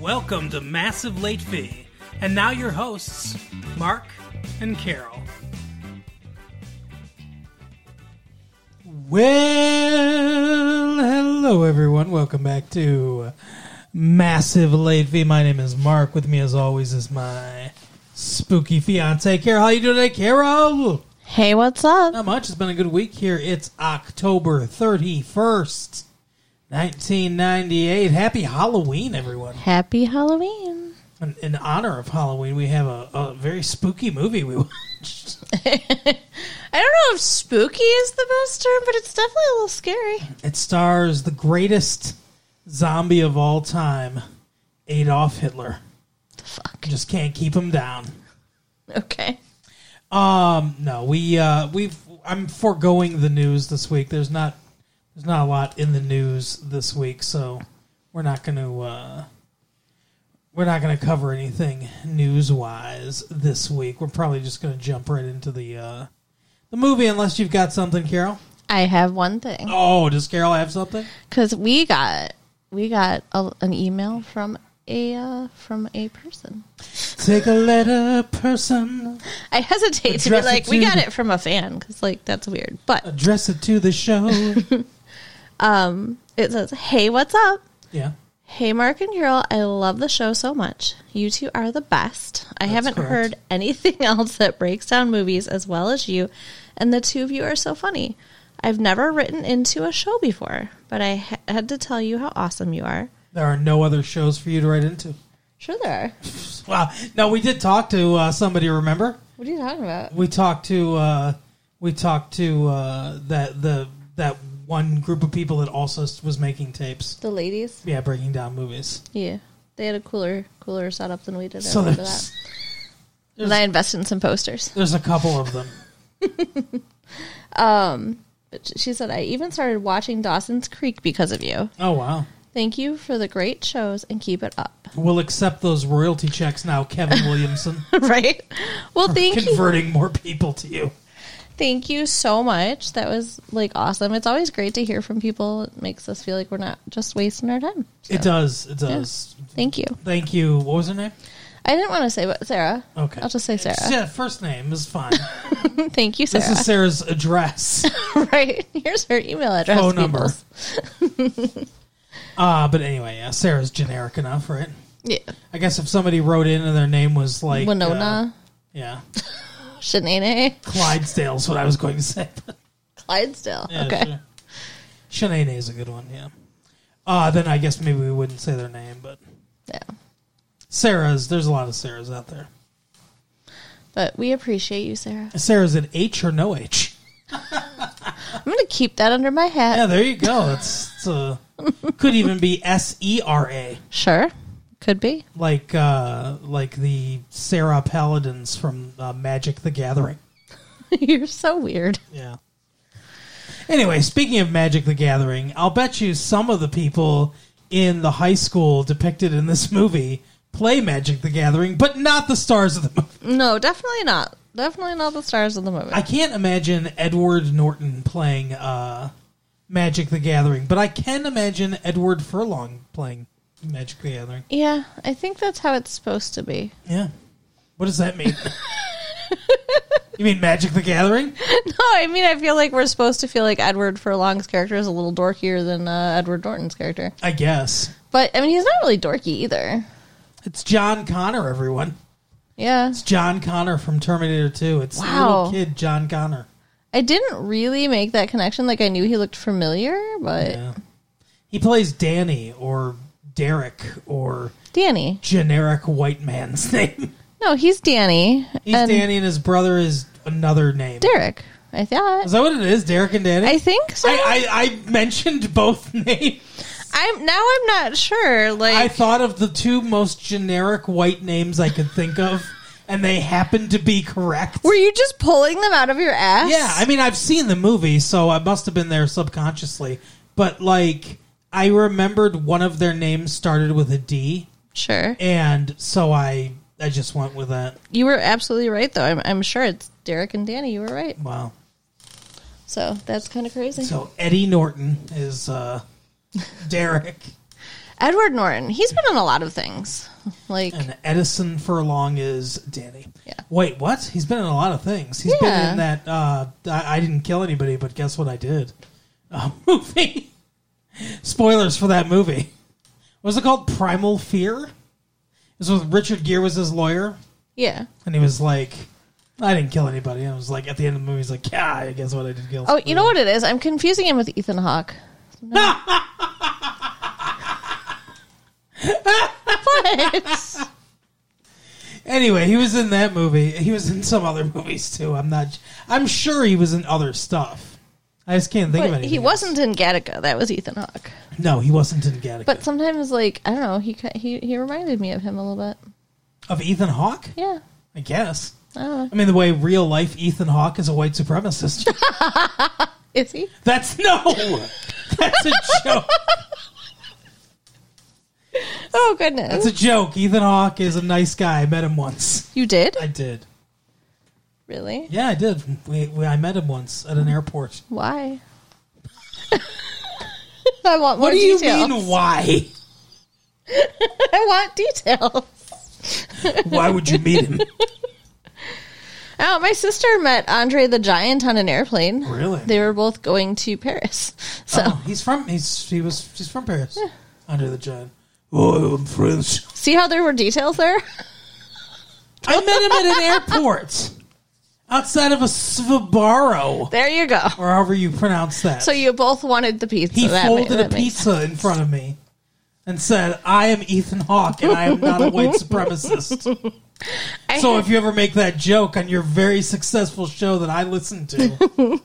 Welcome to Massive Late Fee. And now your hosts, Mark and Carol. Well, hello everyone. Welcome back to Massive Late Fee. My name is Mark. With me as always is my spooky fiance, Carol. How you doing today, Carol? Hey, what's up? Not much. It's been a good week here. It's October 31st, 1998. Happy Halloween, everyone. Happy Halloween. In, in honor of Halloween, we have a, a very spooky movie we watched. I don't know if spooky is the best term, but it's definitely a little scary. It stars the greatest zombie of all time, Adolf Hitler. Fuck. Just can't keep him down. Okay. Um, no, we uh, we've I'm foregoing the news this week. There's not there's not a lot in the news this week, so we're not going to uh, we're not going to cover anything news wise this week. We're probably just going to jump right into the uh, the movie, unless you've got something, Carol. I have one thing Oh, does Carol have something? because we got we got a, an email from a uh, from a person. Take a letter, person. I hesitate to be Address it like, we to- got it from a fan because like that's weird. But Address it to the show. um, it says, "Hey, what's up? yeah, Hey, Mark and Carol, I love the show so much. You two are the best. I haven't correct. heard anything else that breaks down movies as well as you, and the two of you are so funny. I've never written into a show before, but I ha- had to tell you how awesome you are. there are no other shows for you to write into. Sure, there are. Wow. No, we did talk to uh, somebody. Remember? What are you talking about? we talked to uh, we talked to uh, that the that one group of people that also was making tapes. The ladies? Yeah, breaking down movies. Yeah. They had a cooler cooler setup than we did. I So remember there's that. And I invested in some posters. there's a couple of them. But sh- she said, I even started watching Dawson's Creek because of you. Oh wow. Thank you for the great shows and keep it up. We'll accept those royalty checks now, Kevin Williamson. right? Well, thank you. converting more people to you. Thank you so much. That was like awesome. It's always great to hear from people. It makes us feel like we're not just wasting our time. So, It does. It does. Thank you. Thank you. What was her name? I didn't want to say but Sarah. Okay. I'll just say Sarah. Yeah, first name is fine. Thank you, this Sarah. is Sarah's address. right. Here's her email address. Phone number. peoples. Uh, but anyway, yeah, Sarah's generic enough, right? Yeah. I guess if somebody wrote in and their name was like uh, Winona. yeah. Shanae. Clydesdale's what I was going to say. Clydesdale. Yeah, okay. Sure. Shanae is a good one, yeah. Uh, then I guess maybe we wouldn't say their name, but Yeah. Sarah's, there's a lot of Sarah's out there. But we appreciate you, Sarah. Sarah's an H or no H. I'm going to keep that under my hat. Yeah, there you go. It's, it's a, could even be S E R A, Sure. Could be. like uh, like the Sarah Paladins from uh, Magic the Gathering. You're so weird. Yeah. Anyway, speaking of Magic the Gathering, I'll bet you some of the people in the high school depicted in this movie play Magic the Gathering, but not the stars of the movie. No, definitely not. Definitely not the stars of the movie. I can't imagine Edward Norton playing uh, Magic the Gathering, but I can imagine Edward Furlong playing Magic the Gathering. Yeah, I think that's how it's supposed to be. Yeah. What does that mean? you mean Magic the Gathering? No, I mean I feel like we're supposed to feel like Edward Furlong's character is a little dorkier than uh, Edward Norton's character. I guess. But I mean he's not really dorky either. It's John Connor, everyone. Yeah. It's John Connor from Terminator 2. It's Wow. the little kid John Connor. I didn't really make that connection like I knew he looked familiar, but Yeah. He plays Danny or Derek or Danny. generic white man's name. No, he's Danny He's and Danny and his brother is another name. Derek. I Is thought. that what it is? Derek and Danny? I think so. I, I, I, I mentioned both names. am now I'm not sure like I thought of the two most generic white names I could think of, and they happened to be correct. were you just pulling them out of your ass? Yeah, I mean, I've seen the movie, so I must have been there subconsciously. But like, I remembered one of their names started with a D, sure. and so I I just went with that. You were absolutely right though. I'm I'm sure it's Derek and Danny. You were right. Wow. So that's kind of crazy. So Eddie Norton is uh, Derek. Edward Norton. He's been in a lot of things. Like And Edison Furlong is Danny. Yeah. Wait, what? He's been in a lot of things. He's been Yeah. in that uh, I, I didn't kill anybody, but guess what I did? A movie. Spoilers for that movie. What was it called? Primal Fear. It was with Richard Gere was his lawyer, yeah. and he was like, "I didn't kill anybody." And I was like, at the end of the movie, he's like, "Yeah, I guess what I did kill." Oh, you know what it is? I'm confusing him with Ethan Hawke. No. what? Anyway, he was in that movie. He was in some other movies too. I'm not. I'm sure he was in other stuff. I just can't think of But anything. he else. wasn't in Gattaca. That was Ethan Hawke. No, he wasn't in Gattaca. But sometimes, like I don't know, he ki- he he reminded me of him a little bit. of Ethan Hawke, Yeah. I guess. I don't know. I mean, the way real life Ethan Hawke is a white supremacist. Is he? That's no. That's a joke. Oh goodness! That's a joke. Ethan Hawke is a nice guy. I met him once. you did I did. really? Yeah, I did. We, we, I met him once at an airport. Why? I want more What do you details. mean? Why? I want details. Why would you meet him? Oh, my sister met Andre the Giant on an airplane. Really? They were both going to Paris. So Oh, he's from. He's he was. He's from Paris. Under the giant. Oh, I'm French. see how there were details there. I met him at an airport outside of a Svibaro, There you go. or however you pronounce that. So you both wanted the pizza. He That ma- folded that a makes- pizza in front of me and said, "I am Ethan Hawke, and I am not a white supremacist." I so had- if you ever make that joke on your very successful show that I listen to,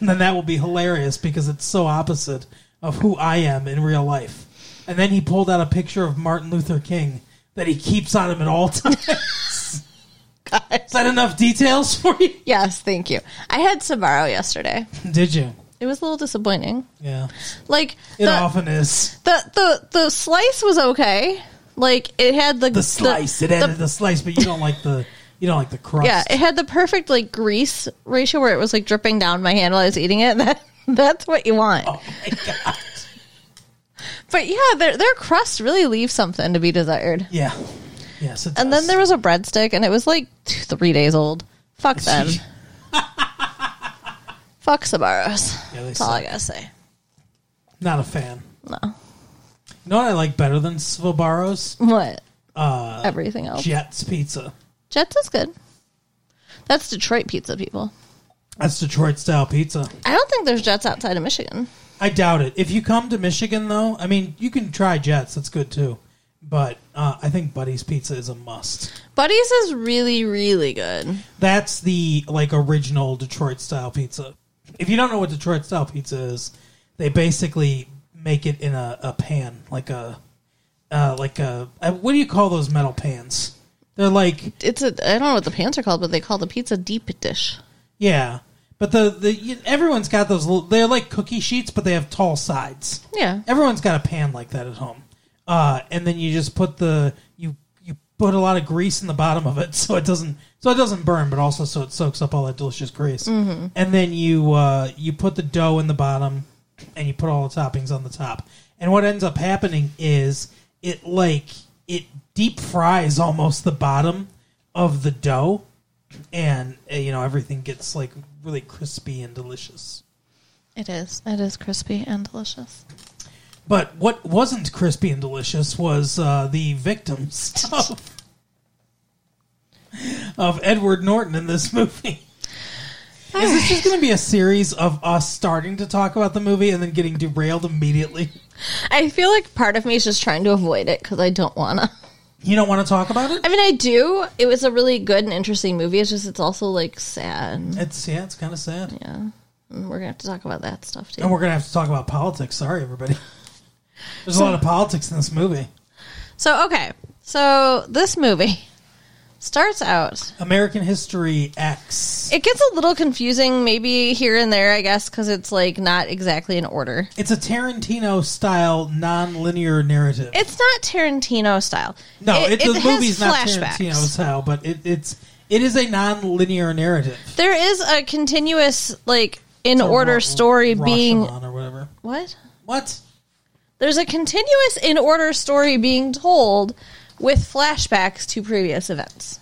then that will be hilarious because it's so opposite of who I am in real life. And then he pulled out a picture of Martin Luther King that he keeps on him at all times. Is that enough details for you? Yes, thank you. I had Sabaro yesterday. Did you? It was a little disappointing. Yeah. Like It the, often is. the the the slice was okay. Like it had the the slice. it added the, slice, but you don't like the you don't like the crust. Yeah, it had the perfect like grease ratio where it was like dripping down my hand while I was eating it. That that's what you want. Oh my god. But yeah, their their crust really leaves something to be desired. Yeah. Yes. It And then there was a breadstick, and it was like two, three days old. Fuck them. Fuck Sabaros. Yeah, they that's all I gotta say. not a fan. No, You know what I like better than Svobaro's? what? Uh, Everything else. Jets Pizza. Jets is good. That's Detroit pizza, people. That's Detroit style pizza. I don't think there's Jets outside of Michigan. I doubt it. If you come to Michigan, though, I mean, you can try Jets. That's good too. But uh, I think Buddy's Pizza is a must. Buddy's is really, really good. That's the like original Detroit style pizza. If you don't know what Detroit style pizza is, they basically make it in a, a pan, like a uh, like a uh, what do you call those metal pans? They're like It's a I don't know what the pants are called, but they call the pizza deep dish. yeah, but the the you, everyone's got those. Little, they're like cookie sheets, but they have tall sides. Yeah. Everyone's got a pan like that at home, uh, and then you just put the you you put a lot of grease in the bottom of it so it doesn't so it doesn't burn, but also so it soaks up all that delicious grease. And then you uh, you put the dough in the bottom, and you put all the toppings on the top. And what ends up happening is it like it deep fries almost the bottom of the dough, and uh, you know everything gets like really crispy and delicious. It is. It is crispy and delicious. But what wasn't crispy and delicious was uh, the victims of, of Edward Norton in this movie. Is this just going to be a series of us starting to talk about the movie and then getting derailed immediately? I feel like part of me is just trying to avoid it because I don't want to. You don't want to talk about it? I mean, I do. It was a really good and interesting movie. It's just, it's also like sad. It's yeah, it's kind of sad. Yeah. And we're going to have to talk about that stuff too. And we're going to have to talk about politics. Sorry, everybody. There's a lot of politics in this movie. So, okay. So, this movie starts out. American History X. It gets a little confusing, maybe here and there, I guess, because it's like not exactly in order. It's a Tarantino style non-linear narrative. It's not Tarantino style. No, it, the has movie's not flashbacks. Tarantino style, but it, it's it is a non-linear narrative. There is a continuous, like, in Or order Ra- story being. Rashomon or whatever. What? What? There's a continuous in order story being told with flashbacks to previous events.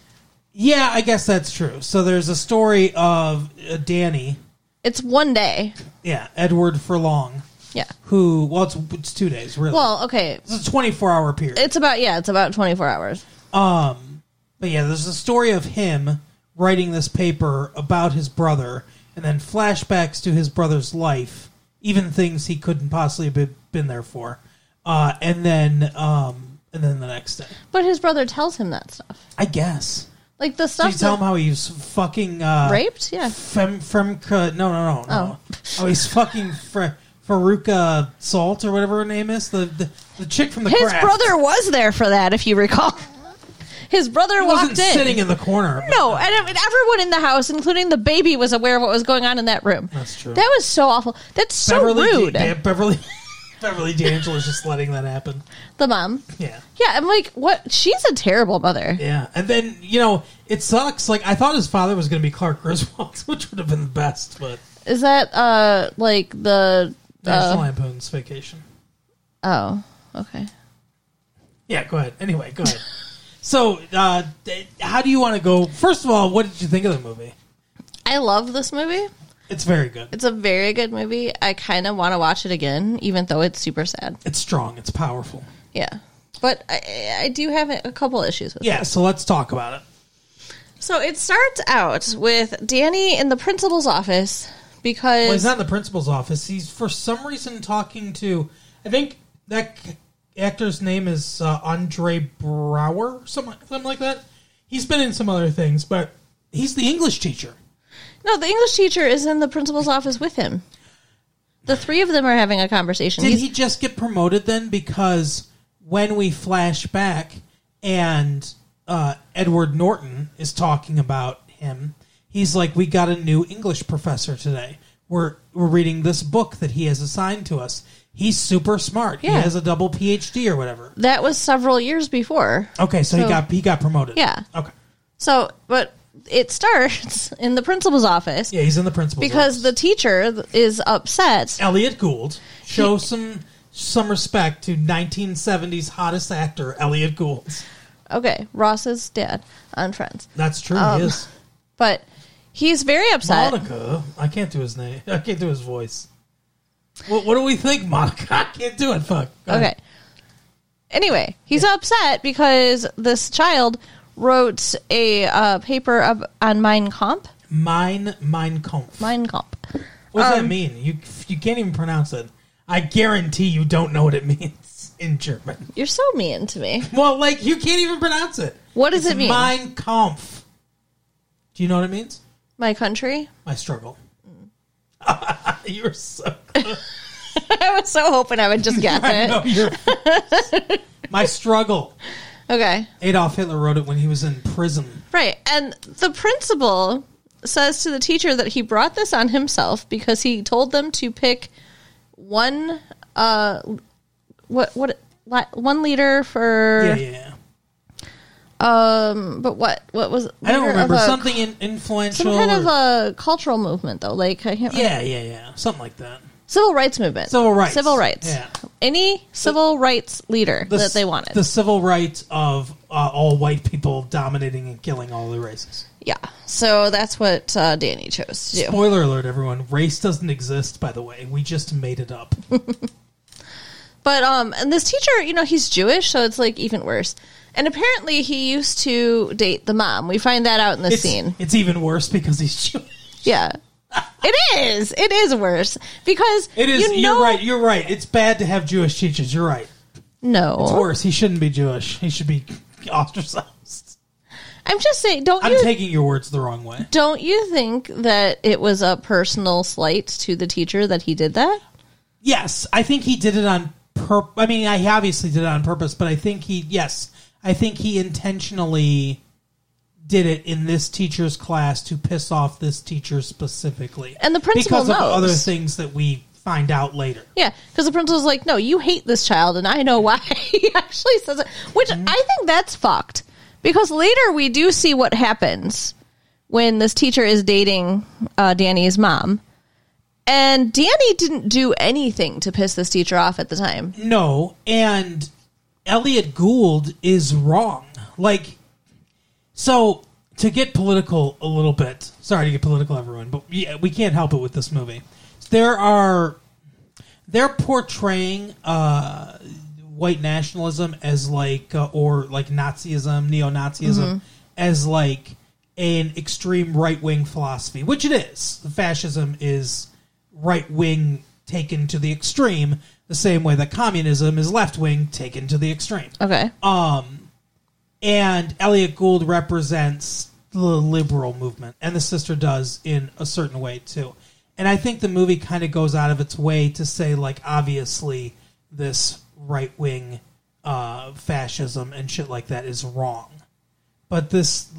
Yeah, I guess that's true. So there's a story of uh, Danny, It's one day. yeah, Edward Furlong, Yeah. who well, it's, it's two days really. Well, okay. it's a 24 hour period. It's about yeah, it's about 24 hours. Um, but yeah, there's a story of him writing this paper about his brother, and then flashbacks to his brother's life, even things he couldn't possibly be, been there for, uh, and then um, and then the next day, But his brother tells him that stuff. I guess. Like the Did stuff you tell him that- how he was fucking uh, raped? Yeah. Fem, Femka, no, no, no, no. Oh, he's fucking Fre- Faruka Salt or whatever her name is, the the, the chick from the His craft. brother was there for that if you recall. His brother He walked wasn't in. sitting in the corner. but- No, and I mean, everyone in the house, including the baby, was aware of what was going on in that room. That's true. That was so awful. That's so Beverly rude. D- Beverly Beverly D'Angelo's just letting that happen. the mom. Yeah. Yeah, I'm like, what? She's a terrible mother. Yeah. And then, you know, it sucks. Like I thought his father was gonna be Clark Griswold, which would have been the best, but Is that uh like the National uh, Lampoon's vacation. oh okay? Yeah, go ahead. Anyway, go ahead. so uh d- how do you wanna go first of all, what did you think of the movie? I love this movie. It's very good. It's a very good movie. I kind of want to watch it again, even though it's super sad. It's strong, it's powerful. Yeah, but I, I do have a couple issues with it. Yeah, so let's talk about it. So it starts out with Danny in the principal's office because Well, he's not in the principal's office. He's for some reason talking to. I think that c- actor's name is uh, Andre Brower, something, something like that. He's been in some other things, but he's the English teacher. No, the English teacher is in the principal's office with him. The three of them are having a conversation. Did He's- he just get promoted then? Because when we flash back and uh, Edward Norton is talking about him, he's like, "We got a new English professor today. We're we're reading this book that he has assigned to us. He's super smart. He Yeah. has a double PhD or whatever." that was several years before. Okay, so, he So- got he got promoted. Yeah. Okay. So, but it starts in the principal's office Yeah, he's in the principal's because the office. teacher th- is upset. Elliot Gould show some some respect to 1970s hottest actor Elliot Gould. Okay, Ross's dad on Friends. That's true. Um, he is But he's very upset. Monica. I can't do his name. I can't do his voice. What, what do we think, Monica? I can't do it. Fuck. Go Okay. ahead. Anyway, he's upset because this child wrote a uh, paper ab- on Mein Kampf. Mein Mein Kampf. Mein Kampf. what does that um, mean? You you can't even pronounce it. I guarantee you don't know what it means in German. You're so mean to me. Well, like you can't even pronounce it. What does It's it mean? Mein Kampf. Do you know what it means? My country. My struggle. you're so. I was so hoping I would just guess I it. know you're. My struggle. Okay. Adolf Hitler wrote it when he was in prison. Right. And the principal says to the teacher that he brought this on himself because he told them to pick one uh what what li- one leader Yeah, for yeah. yeah. um but what what was I don't leader of remember a- something in, influential. some kind of or- a cultural movement though like I can't yeah, yeah, yeah, something like that. civil rights movement Civil rights. civil rights Yeah. any civil rights leader The that s- they wanted the civil rights of uh, all white people dominating and killing all the races. yeah so that's what uh, Danny chose to do Spoiler alert, everyone: race doesn't exist. By the way, we just made it up. But um, and this teacher, you know, he's Jewish, so it's like even worse. And apparently, he used to date the mom. We find that out in the It's, scene. it's even worse because he's Jewish. Yeah, it is. It is worse because It is. You you're know, right. You're right. It's bad to have Jewish teachers. You're right. No, It's worse. He shouldn't be Jewish. He should be ostracized. I'm just saying. Don't I'm you taking your words the wrong way. don't you think that it was a personal slight to the teacher that he did that? Yes, I think he did it on pur. I mean, I obviously did it on purpose, but I think he. Yes, I think he intentionally did it in this teacher's class to piss off this teacher specifically, And the principal because of knows. other things that we find out later. Yeah, because the principal's like, "No, you hate this child, and I know why." he actually says it, which Mm-hmm. I think that's fucked. Because later we do see what happens when this teacher is dating uh, Danny's mom, And Danny didn't do anything to piss this teacher off at the time. No, and Elliot Gould is wrong. Like, so to get political a little bit, sorry to get political, everyone, but yeah, we can't help it with this movie. There are they're portraying uh, white nationalism as like uh, or like Nazism, neo-Nazism as like an extreme right-wing philosophy, which it is. Fascism is right-wing taken to the extreme, the same way that communism is left-wing taken to the extreme Okay. and Elliot Gould represents the liberal movement, and the sister does in a certain way too. And I think the movie kind of goes out of its way to say, like, obviously, this right wing uh, fascism and shit like that is wrong, but this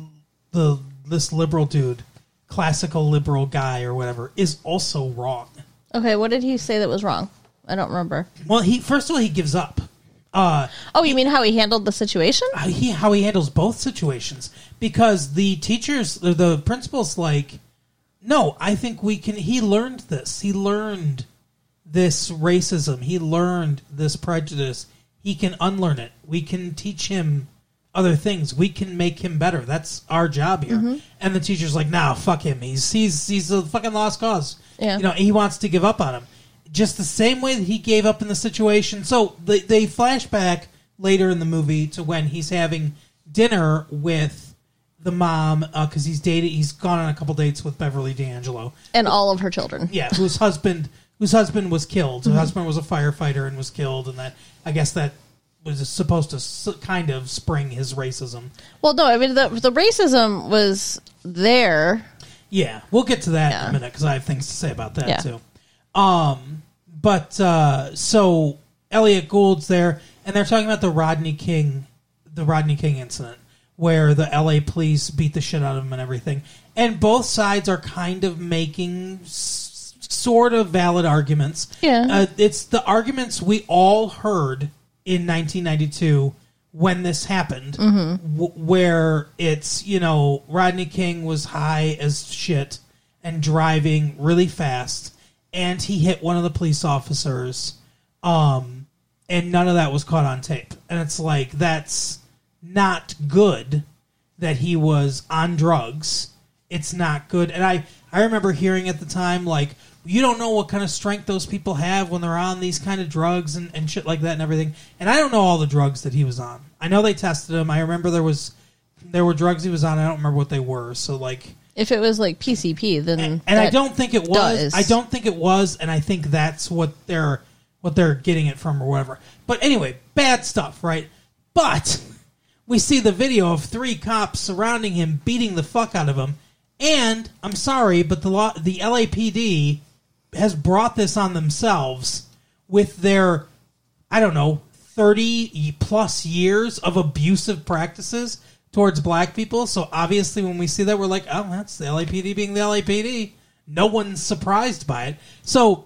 the this liberal dude, classical liberal guy or whatever, is also wrong. Okay, what did he say that was wrong? I don't remember. Well, he first of all he gives up. Uh, Oh, you mean how he handled the situation? how he how he handles both situations because the teachers or the principal's like no i think we can he learned this he learned this racism he learned this prejudice he can unlearn it we can teach him other things we can make him better that's our job here and the teacher's like nah fuck him he's he's he's a fucking lost cause Yeah. you know he wants to give up on him just the same way that he gave up in the situation so they, they flash back later in the movie to when he's having dinner with the mom because he's dated he's gone on a couple dates with beverly d'angelo And all of her children. yeah whose husband whose husband was killed Mm-hmm. her husband was a firefighter and was killed and that i guess that was supposed to s- kind of spring his racism Well, no, I mean the the racism was there. Yeah, we'll get to that in Yeah. a minute because I have things to say about that Yeah. too. Um, but uh, so Elliot Gould's there, and they're talking about the Rodney King, the Rodney King incident, where the L.A. police beat the shit out of him and everything. And both sides are kind of making s- sort of valid arguments. Yeah. uh, it's the arguments we all heard in 1992 when this happened, w- where it's, you know, Rodney King was high as shit and driving really fast, and he hit one of the police officers, um, and none of that was caught on tape. And it's like, that's not good that he was on drugs. It's not good. And I, I remember hearing at the time, like, you don't know what kind of strength those people have when they're on these kind of drugs and, and shit like that and everything. And I don't know all the drugs that he was on. I know they tested him. I remember there was there were drugs he was on. I don't remember what they were. So like If it was like PCP, then and I that- don't think it was. does. I don't think it was, and I think that's what they're what they're getting it from or whatever. But anyway, bad stuff, right? But we see the video of three cops surrounding him, beating the fuck out of him. And I'm sorry, but the law, the LAPD has brought this on themselves with their I don't know, 30 plus years of abusive practices towards black people. So obviously, when we see that, we're like, oh, that's the LAPD being the LAPD. No one's surprised by it. So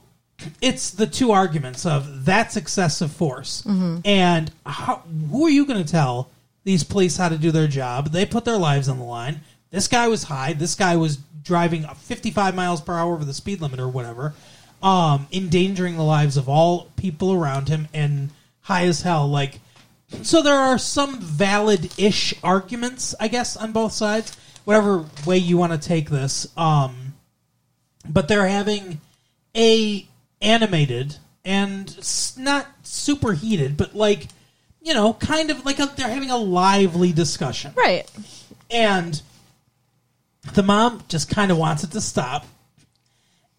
it's the two arguments of that's excessive force. And how, who are you going to tell these police how to do their job? They put their lives on the line. This guy was high. This guy was driving 55 miles per hour over the speed limit or whatever um, endangering the lives of all people around him and high as hell. Like, so there are some valid ish arguments, I guess, on both sides, whatever way you want to take this. Um, but they're having a animated and s- not super heated, but like, you know, kind of like a, they're having a lively discussion right. and the mom just kind of wants it to stop.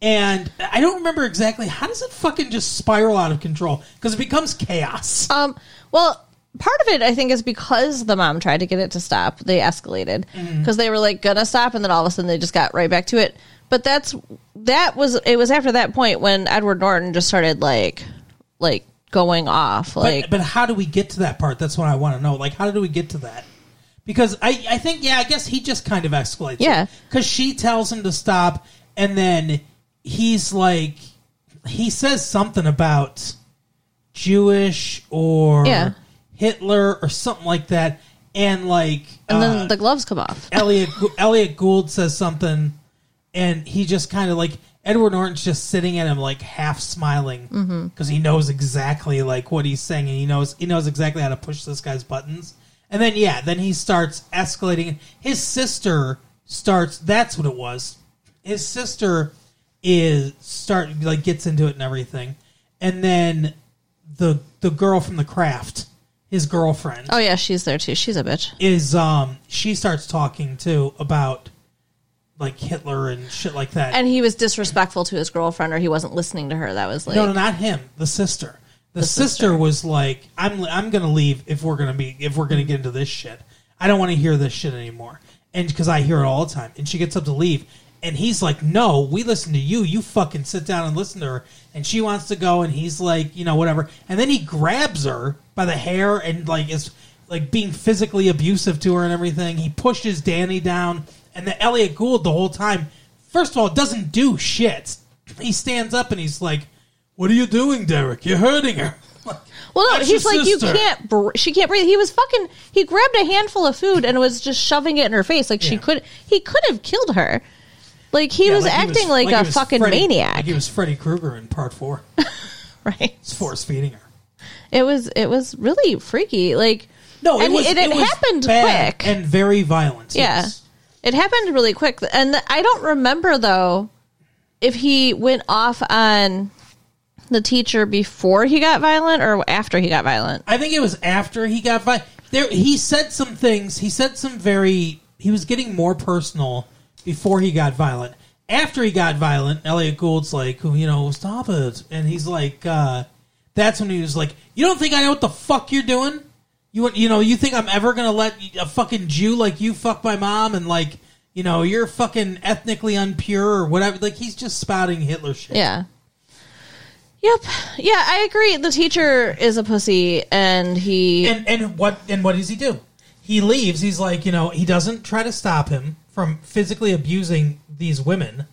And I don't remember exactly how does it fucking just spiral out of control because it becomes chaos. Um, well, part of it I think is because the mom tried to get it to stop. They escalated Mm-hmm. because they were like gonna stop, and then all of a sudden they just got right back to it. But that's that was it was after that point when Edward Norton just started like like going off But, like but how do we get to that part? That's what I want to know. Like, how do we get to that? Because I, I think, yeah, I guess he just kind of escalates. Yeah. Because she tells him to stop, and then he's like, he says something about Jewish or Yeah. Hitler or something like that. And like, and uh, then the gloves come off. Elliot Elliot Gould says something, and he just kind of like Edward Norton's just sitting at him like half smiling because he knows exactly like what he's saying and he knows he knows exactly how to push this guy's buttons. And then yeah, then he starts escalating. His sister starts. That's what it was. His sister is start like gets into it and everything, and then the the girl from the craft, his girlfriend Oh yeah, she's there too. She's a bitch. is um she starts talking too about like Hitler and shit like that. And he was disrespectful to his girlfriend, or he wasn't listening to her. That was like, no, no, not him. The sister. The, sister. was like, "I'm I'm gonna leave if we're gonna be if we're gonna get into this shit. I don't want to hear this shit anymore." And because I hear it all the time, and she gets up to leave, and he's like, "No, we listen to you. You fucking sit down and listen to her." And she wants to go, and he's like, you know, whatever. And then he grabs her by the hair and like is like being physically abusive to her and everything. He pushes Danny down, and the Elliot Gould the whole time. First of all, doesn't do shit. He stands up and he's like, what are you doing, Derek? You're hurting her. well, no, That's he's your like, sister. you can't. Br- she can't breathe. He was fucking. He grabbed a handful of food and was just shoving it in her face. Like she Yeah. could. He could have killed her. Like he Yeah, was he acting like, he a was fucking Freddy- maniac, Like he was Freddy Krueger in part four. right? It's force feeding her. It was. It was really freaky. Like No, it and was. It, it was happened bad quick. and very violent. Yeah. yes. It happened really quick. And th- I don't remember, though, if he went off on the teacher before he got violent or after he got violent. I think it was after he got by. There, he said some things. He said some very. He was getting more personal before he got violent. After he got violent, Elliot Gould's like, "Who you know, stop it," and he's like, uh, "That's when he was like, you don't think I know what the fuck you're doing? You want- you know, you think I'm ever gonna let a fucking Jew like you fuck my mom and like." You know, you're fucking ethnically unpure or whatever. Like, he's just spouting Hitler shit. Yeah. Yep. Yeah, I agree. The teacher is a pussy and he. and and what and what does he do? He leaves. He's like, you know, he doesn't try to stop him from physically abusing these women,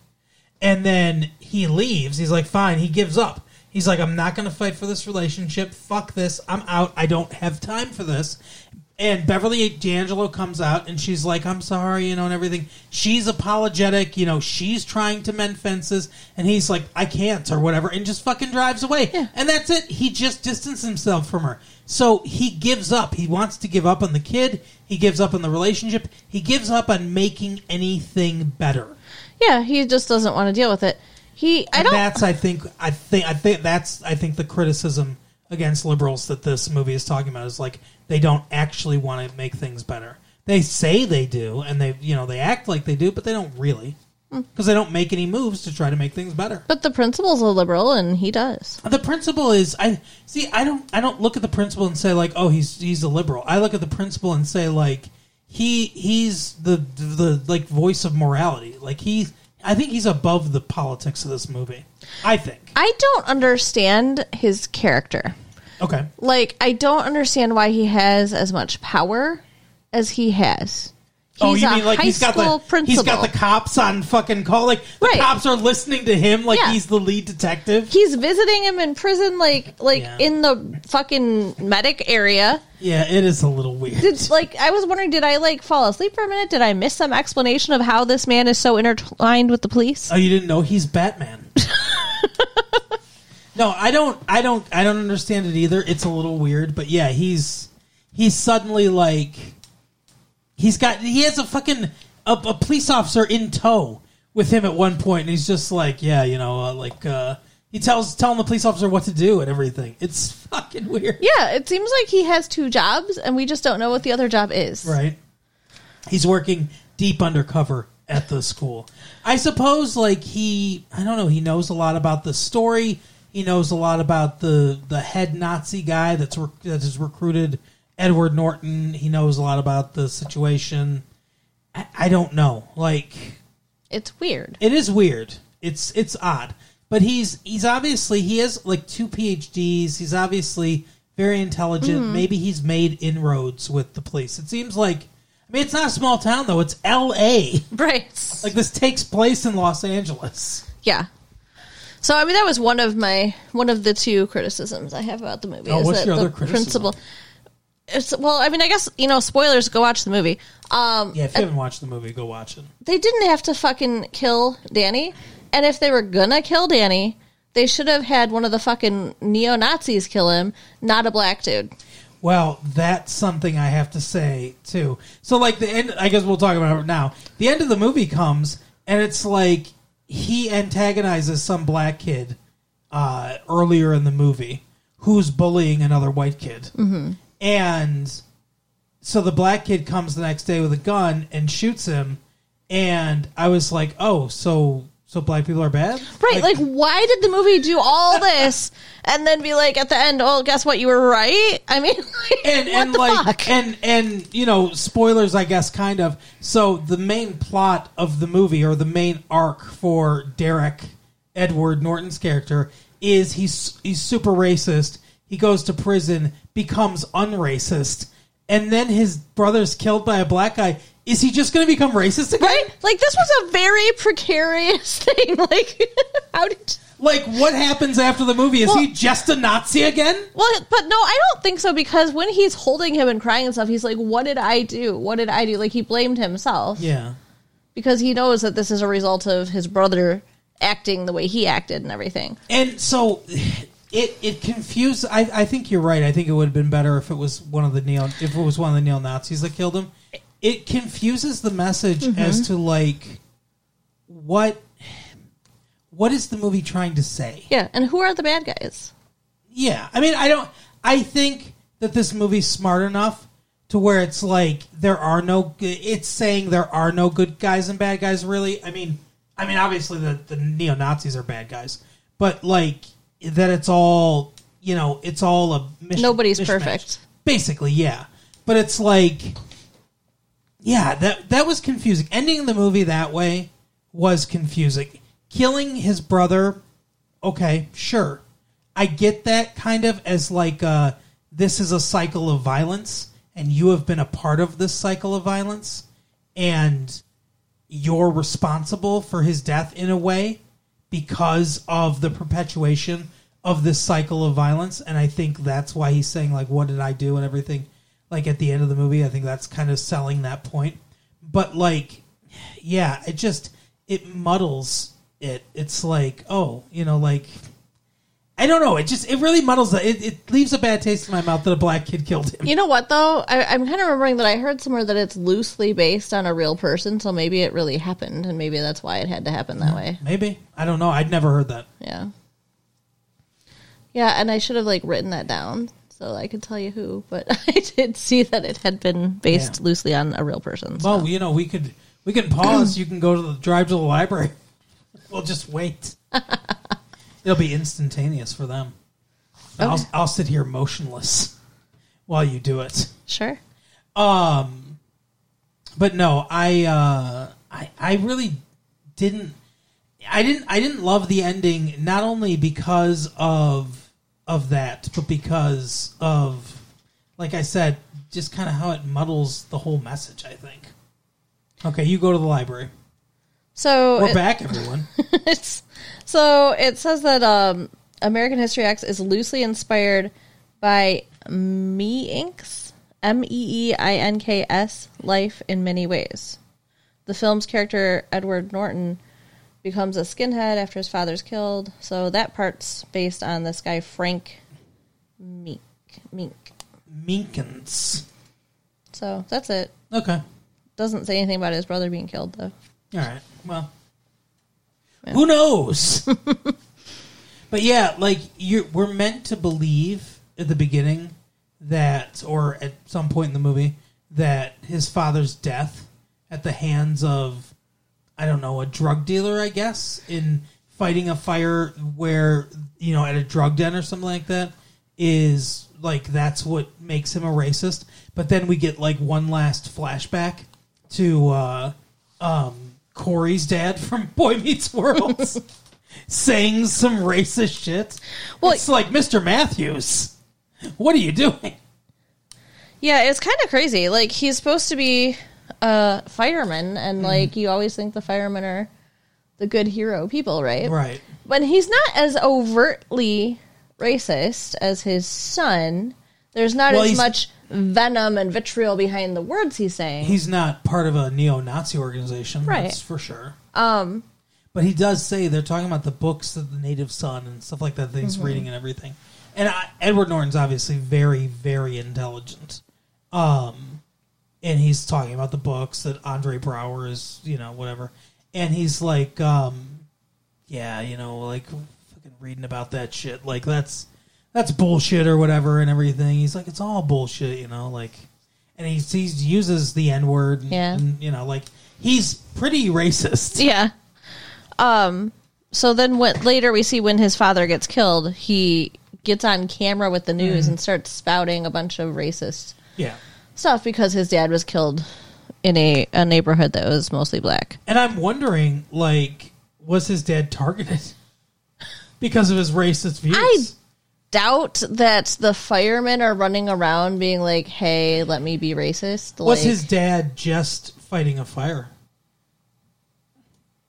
and then he leaves. He's like, fine. He gives up. He's like, I'm not going to fight for this relationship. Fuck this. I'm out. I don't have time for this. And Beverly D'Angelo comes out and she's like, I'm sorry, you know, and everything. She's apologetic, you know, she's trying to mend fences. And he's like, I can't, or whatever, and just fucking drives away. And that's it. He just distanced himself from her. So he gives up. He wants to give up on the kid. He gives up on the relationship. He gives up on making anything better. yeah, he just doesn't want to deal with it. He. I don't. That's I think I think I think that's I think the criticism against liberals that this movie is talking about is like they don't actually want to make things better. They say they do, and they you know they act like they do, but they don't really Hmm. because they don't make any moves to try to make things better. But the principal's a liberal and he does. The principle is I see I don't I don't look at the principle and say like oh he's he's a liberal. I look at the principle and say like he he's the the like voice of morality. Like he I think he's above the politics of this movie. I think. I don't understand his character. Okay. like I don't understand why he has as much power as he has. He's Oh, a high school the he's principal. got the cops on fucking call. Like the Right. cops are listening to him like Yeah. he's the lead detective. He's visiting him in prison, like like Yeah. in the fucking medic area. yeah, it is a little weird. Did like I was wondering, did I like fall asleep for a minute? Did I miss some explanation of how this man is so intertwined with the police? Oh, you didn't know he's Batman. no, I don't. I don't. I don't understand it either. It's a little weird, but yeah, he's he's suddenly like he's got he has a fucking a, a police officer in tow with him at one point, and he's just like, yeah, you know, uh, like uh, he tells telling the police officer what to do and everything. It's fucking weird, Yeah, it seems like he has two jobs, and we just don't know what the other job is. right? He's working deep undercover at the school. I suppose like he I don't know, he knows a lot about the story. He knows a lot about the the head Nazi guy that's rec- that has recruited Edward Norton. He knows a lot about the situation. I, I don't know. Like It's weird. it is weird. It's it's odd. But he's he's obviously he has like two PhDs. He's obviously very intelligent. Maybe he's made inroads with the police. It seems like I mean it's not a small town though. It's L.A. Right. Like this takes place in Los Angeles. Yeah. So I mean that was one of my one of the two criticisms I have about the movie. Oh, is what's that your the other criticism? principal- It's, well, I mean, I guess you know, spoilers. Go watch the movie. Um, Yeah, if you haven't watched the movie, go watch it. they didn't have to fucking kill Danny, And if they were gonna kill Danny, they should have had one of the fucking neo Nazis kill him, not a black dude. Well, that's something I have to say too. So, like the end, I guess we'll talk about it now. The end of the movie comes, and it's like he antagonizes some black kid uh, earlier in the movie who's bullying another white kid, mm-hmm. and so the black kid comes the next day with a gun and shoots him. And I was like, oh, so so black people are bad, Right? Like, why did the movie do all this and then be like at the end, oh, guess what? You were right. I mean, like, and what and the like fuck? and and you know spoilers i guess kind of so the main plot of the movie or the main arc for derek edward norton's character is he's he's super racist he goes to prison becomes unracist and then his brother's killed by a black guy is he just going to become racist again right? Like, this was a very precarious thing. Like, how did? like what happens after the movie is he Well- just a nazi again Well, but no, I don't think so because when he's holding him and crying and stuff, he's like, "What did I do? What did I do?" Like he blamed himself yeah because he knows that this is a result of his brother acting the way he acted and everything. And so it it confused. I, I think you're right. I think it would have been better if it was one of the neo if it was one of the neo Nazis that killed him. It confuses the message as to like what what is the movie trying to say? Yeah, and who are the bad guys? Yeah, I mean, I don't. I think that this movie's smart enough to where it's like there are no. g- It's saying there are no good guys and bad guys. Really, I mean, I mean, obviously the the neo Nazis are bad guys, but like that it's all you know, it's all a mish- Nobody's mishmash. perfect. Basically, yeah, but it's like, yeah, that that was confusing. Ending the movie that way was confusing. Killing his brother okay, sure. I get that kind of as like uh, this is a cycle of violence, and you have been a part of this cycle of violence, and you're responsible for his death in a way because of the perpetuation of this cycle of violence. And I think that's why he's saying, like, what did I do and everything. Like at the end of the movie, I think that's kind of selling that point. But like, yeah, it just it muddles it. It's like, oh, you know, like I don't know. It just it really muddles it. It, it leaves a bad taste in my mouth that a black kid killed him. You know what though? I, I'm kind of remembering that I heard somewhere that it's loosely based on a real person, so maybe it really happened, and maybe that's why it had to happen that way. Maybe I don't know. I'd never heard that. Yeah. Yeah, and I should have like written that down so I could tell you who, but I did see that it had been based Yeah. loosely on a real person. so- Well, you know, we could we can pause. you can go to the drive to the library. We'll just wait. It'll be instantaneous for them. And I'll Okay. I'll sit here motionless while you do it. sure. Um, but no, I uh, I I really didn't. I didn't. I didn't love the ending. Not only because of of that, but because of, like I said, just kind of how it muddles the whole message. I think. Okay, you go to the library. So We're it, back, everyone. it's so it says that um, American History X is loosely inspired by Me Inks, M E E I N K S, life in many ways. The film's character Edward Norton becomes a skinhead after his father's killed, so that part's based on this guy Frank Meek. Meek. Minkins. So that's it. Okay. Doesn't say anything about his brother being killed though. All right. Well, who knows? but yeah, like you we're meant to believe at the beginning that or at some point in the movie that his father's death at the hands of I don't know, a drug dealer, I guess, in fighting a fire where, you know, at a drug den or something like that is like that's what makes him a racist. But then we get like one last flashback to uh um Corey's dad from Boy Meets World saying some racist shit. Well- it's like Mr. Matthews. What are you doing? Yeah, it's kind of crazy. Like he's supposed to be a fireman, and Mm-hmm. like you always think the firemen are the good hero people, right? Right. But he's not as overtly racist as his son. There's not Well, as he's- much venom and vitriol behind the words he's saying. He's not part of a neo Nazi organization, Right. that's for sure. um, But he does say they're talking about the books of the native son and stuff like that that Mm-hmm. he's reading and everything. And I, Edward Norton's obviously very, very intelligent. Um, and he's talking about the books that Andre Brower is, you know, whatever. And he's like, um, yeah, you know, like fucking reading about that shit, like that's that's bullshit or whatever and everything. He's like, it's all bullshit, you know, like, and he he uses the n word, and, Yeah. and, you know, like he's pretty racist. Yeah. Um. So then, what later we see when his father gets killed, he gets on camera with the news Mm-hmm. and starts spouting a bunch of racist Yeah, stuff because his dad was killed in a, a neighborhood that was mostly black. and I'm wondering, like, was his dad targeted because of his racist views? I doubt that the firemen are running around being like, "Hey, let me be racist." was like, his dad just fighting a fire?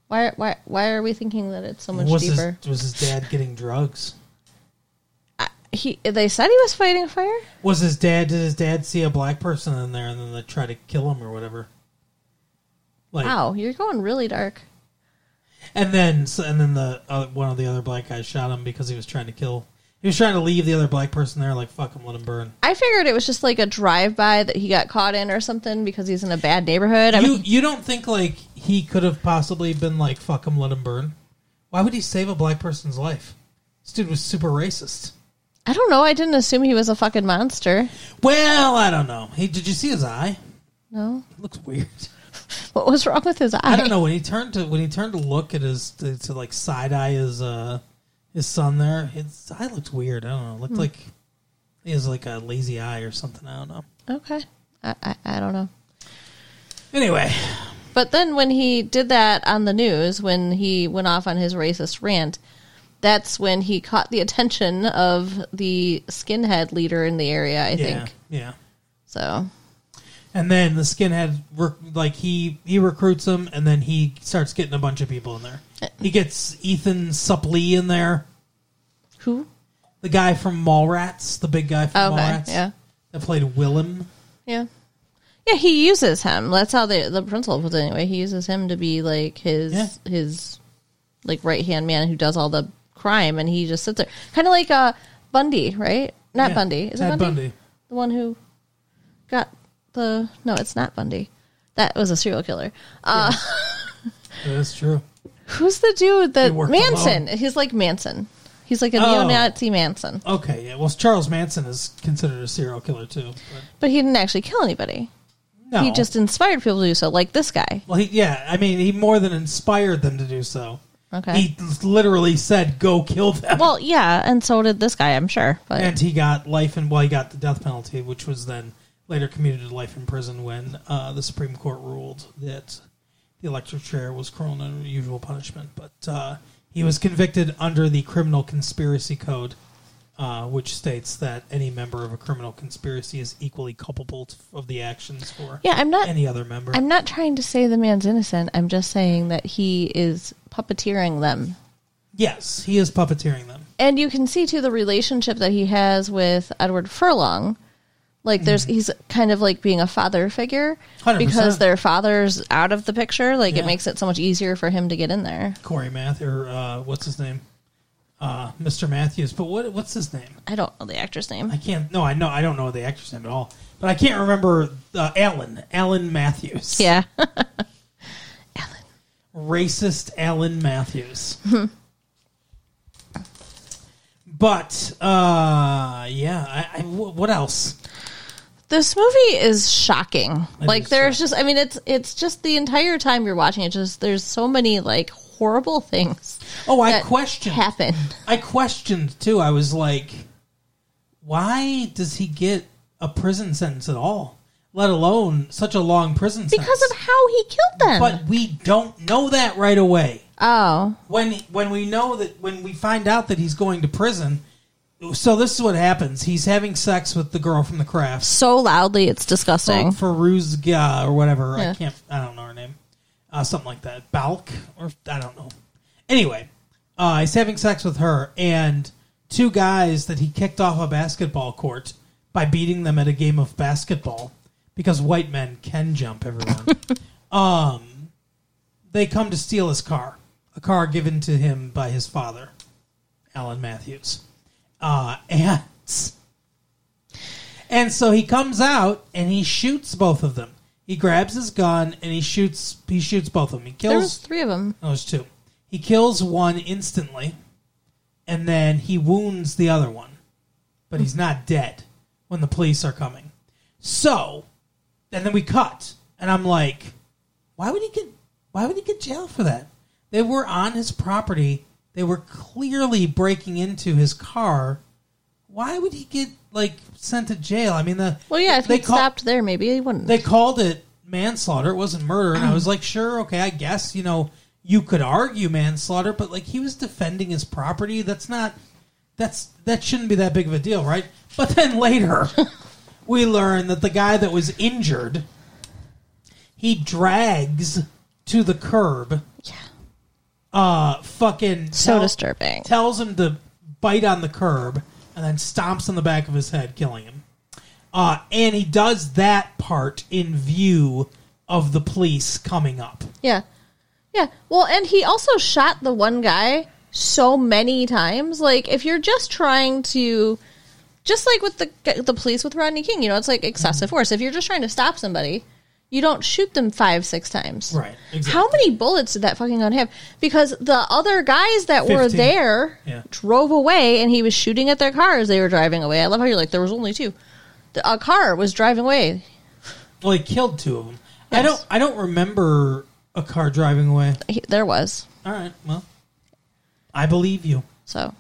why why why are we thinking that it's so much was deeper? his was his dad getting drugs? He they said he was fighting a fire. Was his dad? Did his dad see a black person in there and then they try to kill him or whatever? Like, Wow, you're going really dark. and then so, and then the uh, one of the other black guys shot him because he was trying to kill. He was trying to leave the other black person there. Like, fuck him, let him burn. I figured it was just like a drive by that he got caught in or something because he's in a bad neighborhood. I You mean, you don't think like he could have possibly been like fuck him, let him burn? Why would he save a black person's life? This dude was super racist. I don't know. I didn't assume he was a fucking monster. Well, I don't know. He did you see his eye? No, It looks weird. what was wrong with his eye? I don't know when he turned to when he turned to look at his to, to like side eye his uh his son there. His eye looked weird. I don't know. It Hmm. looked like he has like a lazy eye or something. I don't know. Okay, I, I I don't know. Anyway, But then when he did that on the news, when he went off on his racist rant, that's when he caught the attention of the skinhead leader in the area. I yeah, think yeah. so. And then the skinhead rec- like he he recruits him, and then he starts getting a bunch of people in there. Uh-uh. He gets Ethan Suplee in there, Who? the guy from Mallrats, the big guy from Okay, Mallrats, yeah. that played Willem. Yeah. Yeah, he uses him. That's how the the principal puts it anyway. He uses him to be like his Yeah. his like right hand man who does all the crime and he just sits there. Kinda like uh Bundy, right? Not Yeah, Bundy. Is it Ted Bundy? Bundy. The one who got the no, it's not Bundy. That was a serial killer. Uh That's true. who's the dude that He worked Manson. He's like Manson. He's like a Oh. neo Nazi Manson. Okay, yeah. Well, Charles Manson is considered a serial killer too. But But he didn't actually kill anybody. no, He just inspired people to do so, like this guy. Well, he, yeah, I mean, he more than inspired them to do so. Okay. He literally said, "Go kill them," Well, yeah, and so did this guy, I'm sure. But and he got life, and well, he got the death penalty, which was then later commuted to life in prison when uh, the Supreme Court ruled that the electric chair was cruel and unusual punishment. But uh, he was convicted under the criminal conspiracy code. Uh, which states that any member of a criminal conspiracy is equally culpable t- of the actions for yeah, I'm not. any other member. I'm not trying to say the man's innocent. I'm just saying that he is puppeteering them, yes, he is puppeteering them. and you can see too the relationship that he has with Edward Furlong. Like, there's Mm-hmm. he's kind of like being a father figure 100%. because their father's out of the picture. Like, Yeah. it makes it so much easier for him to get in there. Corey Math or uh, what's his name, uh, Mr. Matthews. But what what's his name? I don't know the actor's name. I can't. No, I know. I don't know the actor's name at all. But I can't remember uh, Alan. Alan Matthews. yeah, Racist Alan Matthews. Hmm. but uh, yeah. I, I- wh- what else? this movie is shocking. It like is there's just I mean it's it's just the entire time you're watching it just there's so many like horrible things Oh, I that questioned. happen. I questioned too. I was like, why does he get a prison sentence at all? Let alone such a long prison sentence. Because of how he killed them. but we don't know that right away. oh. When when we know that when we find out that he's going to prison, so this is what happens: he's having sex with the girl from the crafts, So loudly it's disgusting. Feruzga or whatever. I Yeah. can't. I don't know her name. Uh, something like that, Balk or I don't know. Anyway, uh, he's having sex with her and two guys that he kicked off a basketball court by beating them at a game of basketball because white men can jump. Everyone. um, they come to steal his car. a car given to him by his father, Alan Matthews. Uh, and and so he comes out and he shoots both of them. He grabs his gun and he shoots. He shoots both of them. He There was kills. three of them. No, there's two. He kills one instantly, and then he wounds the other one, but he's not dead when the police are coming. So, and then we cut, and I'm like, why would he get? Why would he get jail for that? They were on his property. They were clearly breaking into his car. Why would he get like sent to jail? I mean, the Well, yeah, if they they call- stopped there, maybe he wouldn't. they called it manslaughter. It wasn't murder. And I was like, sure, okay, I guess, you know, you could argue manslaughter, but like he was defending his property. That's not that's that shouldn't be that big of a deal, right? But then later we learn that the guy that was injured he drags to the curb. Yeah. Uh fucking so tell- disturbing. tells him to bite on the curb and then stomps on the back of his head, killing him. Uh, and he does that part in view of the police coming up. yeah. Yeah. Well, and he also shot the one guy so many times. Like, if you're just trying to. Just like with the the police with Rodney King, you know, it's like excessive Mm-hmm. force. If you're just trying to stop somebody, you don't shoot them five, six times. Right, exactly. How many bullets did that fucking gun have? Because the other guys that were 15. there Yeah. drove away, and he was shooting at their car as they were driving away. I love how you're like, there was only two. The, a car was driving away. Well, he killed two of them. I Yes. don't. I don't remember a car driving away. He, there was All right. Well, I believe you. so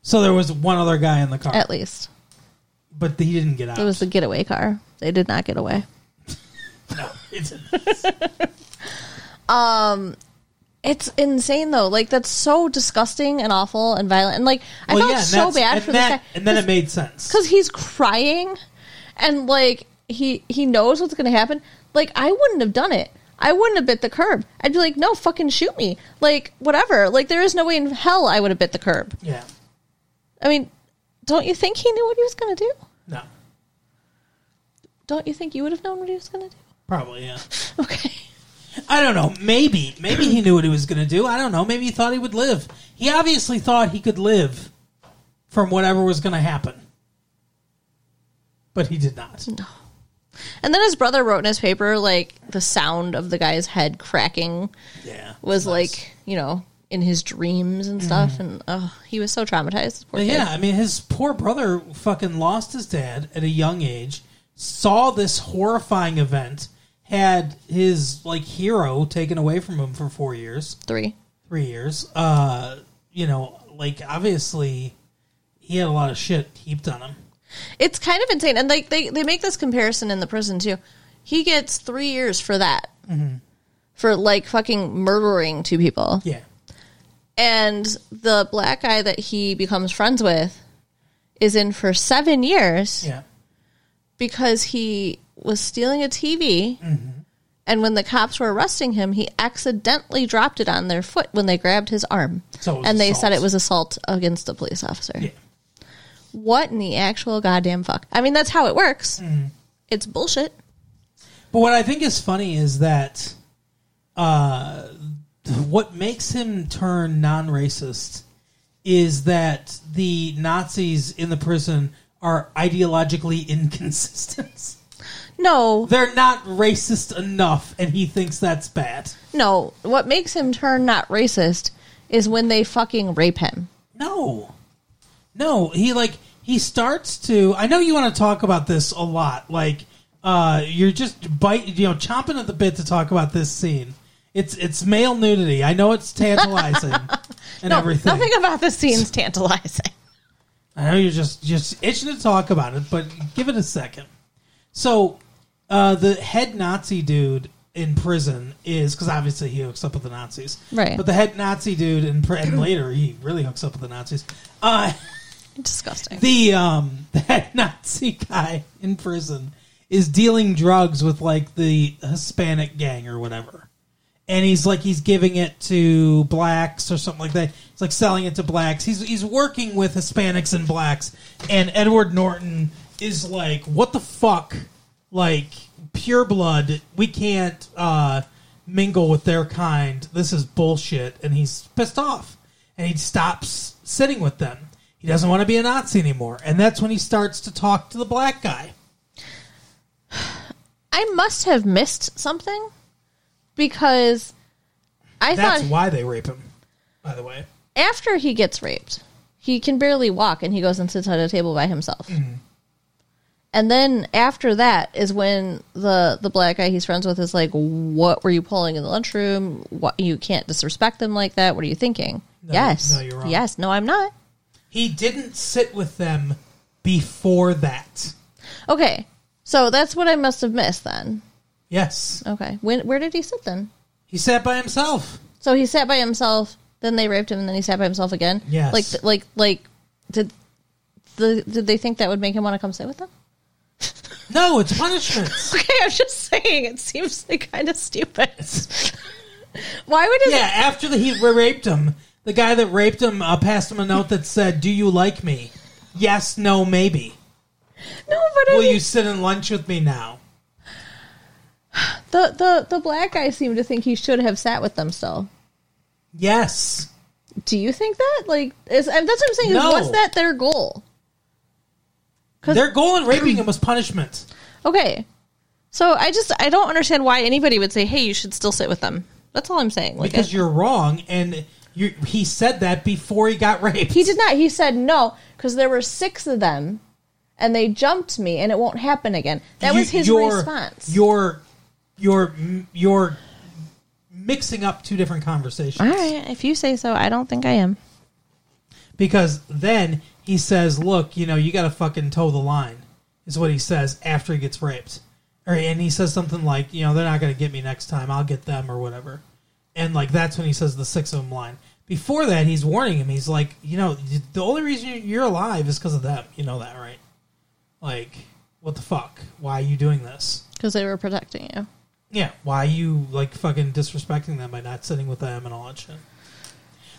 So there was one other guy in the car, at least but he didn't get out. it was the getaway car. They did not get away. no, it's, It's insane though. Like that's so disgusting and awful and violent. And like I well, felt yeah, and so that's- bad and for that, this guy. And then it made sense. because he's crying and like he he knows what's gonna happen like i wouldn't have done it i wouldn't have bit the curb i'd be like no fucking shoot me like whatever like there is no way in hell i would have bit the curb Yeah. i mean don't you think he knew what he was gonna do No. don't you think you would have known what he was gonna do Probably. Yeah. okay I don't know. Maybe, maybe he knew what he was going to do. I don't know. Maybe he thought he would live. He obviously thought he could live from whatever was going to happen, but he did not. and then his brother wrote in his paper like the sound of the guy's head cracking Yeah, was Nice. like you know in his dreams and stuff and oh, he was so traumatized poor But kid. yeah, I mean, his poor brother fucking lost his dad at a young age, saw this horrifying event, had his like hero taken away from him for four years. three three years. Uh, you know, like obviously, he had a lot of shit heaped on him. It's kind of insane. And like they, they make this comparison in the prison too. He gets three years for that. Mm-hmm. For like fucking murdering two people. Yeah. And the black guy that he becomes friends with is in for seven years Yeah. because he was stealing a TV. Mm-hmm. And when the cops were arresting him, he accidentally dropped it on their foot when they grabbed his arm. So it was and they assault. said it was assault against a police officer. Yeah. What in the actual goddamn fuck? I mean, that's how it works. Mm-hmm. It's bullshit. But what I think is funny is that uh, what makes him turn non racist is that the Nazis in the prison are ideologically inconsistent. No, They're not racist enough, and he thinks that's bad. no. What makes him turn not racist is when they fucking rape him. No. No, he like he starts to I know you want to talk about this a lot. Like uh you're just bite you know chomping at the bit to talk about this scene. It's it's male nudity. I know it's tantalizing and No, everything. nothing about the scene's tantalizing. I know you're just just itching to talk about it, but give it a second. So, uh, the head Nazi dude in prison is because obviously he hooks up with the Nazis, Right. But the head Nazi dude in pri- and later he really hooks up with the Nazis. Uh, Disgusting. the um that Nazi guy in prison is dealing drugs with like the Hispanic gang or whatever. And he's like he's giving it to blacks or something like that. He's like selling it to blacks. He's he's working with Hispanics and blacks. And Edward Norton is like, what the fuck? Like pure blood. We can't uh mingle with their kind. This is bullshit. And he's pissed off. And he stops sitting with them. He doesn't want to be a Nazi anymore. And that's when he starts to talk to the black guy. I must have missed something because I That's thought why they rape him, by the way. after he gets raped, he can barely walk and he goes and sits at a table by himself. Mm-hmm. And then after that is when the the black guy he's friends with is like, "What were you pulling in the lunchroom? What you can't disrespect them like that. What are you thinking?" No, yes, no, you're wrong. yes, no, I'm not. He didn't sit with them before that. Okay, so that's what I must have missed then. Yes. Okay, when where did he sit then? He sat by himself. So he sat by himself. Then they raped him, and then he sat by himself again. Yes. Like, th- like, like, did the did they think that would make him want to come sit with them? No, it's punishment. Okay, I'm just saying it seems like kind of stupid. Why would his yeah, after the, he raped him, the guy that raped him uh, passed him a note that said, Do you like me? Yes, no, maybe. no? But I Will mean, you sit and lunch with me now? the the the black guy seemed to think he should have sat with them still. Yes. Do you think that? Like, is and that's what I'm saying. No. Is, was that their goal? 'Cause- Their goal in raping him was punishment. Okay, so I just I don't understand why anybody would say, "Hey, you should still sit with them." That's all I'm saying. Like, Because you're wrong, and you, he said that before he got raped. He did not. He said no because there were six of them, and they jumped me, and it won't happen again. That was You- his you're- response. You're, you're, you're mixing up two different conversations. All right, if you say so, I don't think I am. because then he says, "Look, you know, you got to fucking toe the line," is what he says after he gets raped, or and he says something like, "You know, they're not gonna get me next time. I'll get them or whatever," and like that's when he says the six of them line. Before that, he's warning him. He's like, "You know, the only reason you're alive is because of them. You know that, right? Like, what the fuck? Why are you doing this?" Because they were protecting you. Yeah, why you like fucking disrespecting them by not sitting with them and all that shit?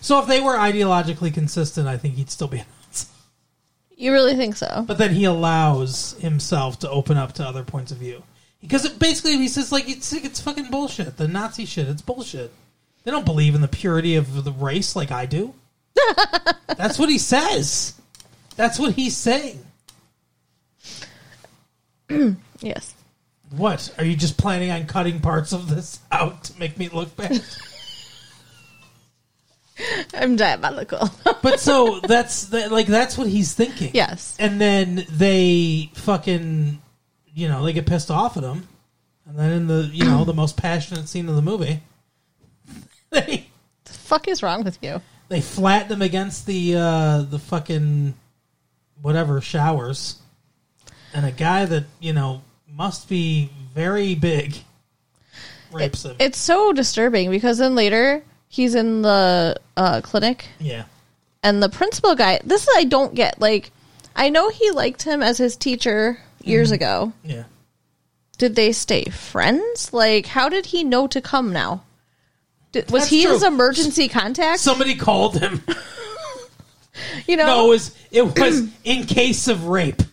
So if they were ideologically consistent, I think he'd still be. You really think so? But then he allows himself to open up to other points of view because it, basically he says like it's it's fucking bullshit. The Nazi shit, it's bullshit. They don't believe in the purity of the race like I do. That's what he says. That's what he's saying. Yes. What are you just planning on cutting parts of this out to make me look bad? I'm diabolical. But so that's that, like that's what he's thinking. yes. And then they fucking, you know, they get pissed off at him. And then in the, you know, the most passionate scene of the movie, they The fuck is wrong with you? they flat them against the uh the fucking whatever showers. And a guy that, you know, must be very big rapes him. It's so disturbing because then later he's in the uh, clinic yeah. and the principal guy. This I don't get. Like, I know he liked him as his teacher years Mm-hmm. ago. Yeah. did they stay friends? Like, how did he know to come now? Did, was That's he true. his emergency contact? Somebody called him. you know, No, it was it was in case of rape.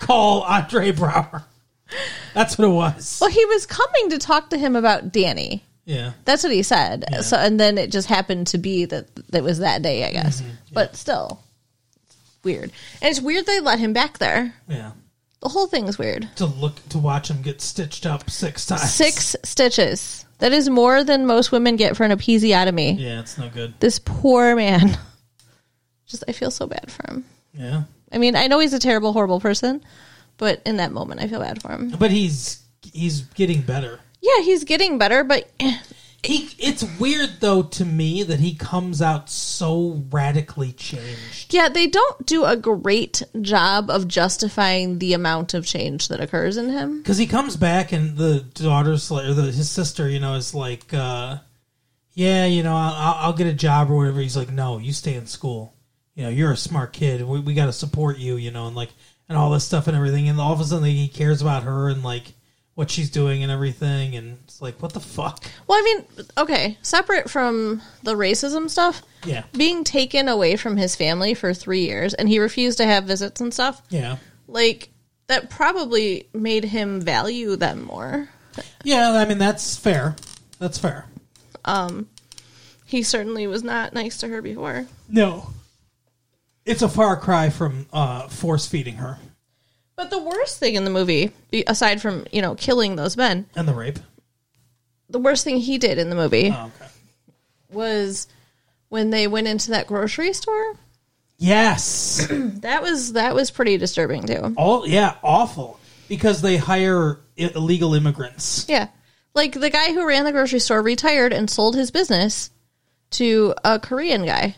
Call Andre Brower. That's what it was. well, he was coming to talk to him about Danny. Yeah. That's what he said. So, and then it just happened to be that that was that day, Mm-hmm. I guess. But still, it's weird. And it's weird they let him back there. Yeah. The whole thing is weird. To look to watch him get stitched up six times. Six stitches. That is more than most women get for an episiotomy. Yeah, it's no good. This poor man. Just, I feel so bad for him. Yeah. I mean, I know he's a terrible, horrible person, but in that moment, I feel bad for him. But he's he's getting better. Yeah, he's getting better, but eh, He it's weird though to me that he comes out so radically changed. yeah, they don't do a great job of justifying the amount of change that occurs in him. Because he comes back and the daughter's like, or the, his sister, you know, is like, uh, yeah, you know, I'll, I'll- I'll get a job or whatever. He's like, no, you stay in school. You know, you're a smart kid. We, we got to support you, you know, and like, and all this stuff and everything. And all of a sudden, like, he cares about her and like what she's doing and everything. And it's like, what the fuck? Well, I mean, okay, separate from the racism stuff, Yeah. being taken away from his family for three years and he refused to have visits and stuff, Yeah. like, that probably made him value them more. Yeah. I mean, that's fair. That's fair. He certainly was not nice to her before. No. It's a far cry from uh, force feeding her But the worst thing in the movie, be- aside from, you know, killing those men, and the rape. the worst thing he did in the movie Oh, okay. was when they went into that grocery store. Yes. That was that was pretty disturbing too. All yeah, awful because they hire i- illegal immigrants. Yeah. Like the guy who ran the grocery store retired and sold his business to a Korean guy.